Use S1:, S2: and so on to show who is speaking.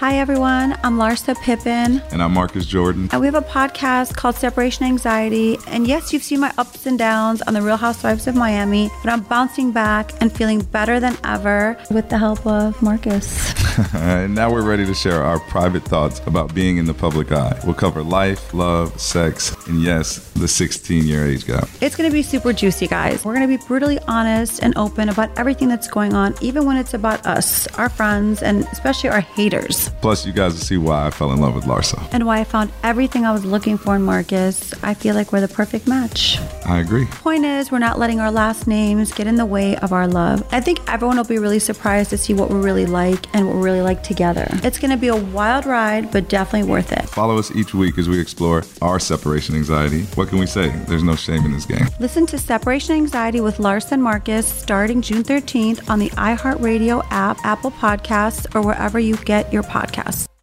S1: Hi, everyone. I'm Larsa Pippen.
S2: And I'm Marcus Jordan.
S1: And we have a podcast called Separation Anxiety. And yes, you've seen my ups and downs on the Real Housewives of Miami, but I'm bouncing back and feeling better than ever with the help of Marcus.
S2: and now we're ready to share our private thoughts about being in the public eye. We'll cover life, love, sex, and yes, the 16 year age gap.
S1: It's going to be super juicy, guys. We're going to be brutally honest and open about everything that's going on, even when it's about us, our friends, and especially our haters.
S2: Plus, you guys will see why I fell in love with Larsa.
S1: And why I found everything I was looking for in Marcus. I feel like we're the perfect match.
S2: I agree.
S1: Point is, we're not letting our last names get in the way of our love. I think everyone will be really surprised to see what we really like and what we really like together. It's going to be a wild ride, but definitely worth it.
S2: Follow us each week as we explore our separation anxiety. What can we say? There's no shame in this game.
S1: Listen to Separation Anxiety with Lars and Marcus starting June 13th on the iHeartRadio app, Apple Podcasts, or wherever you get your podcasts.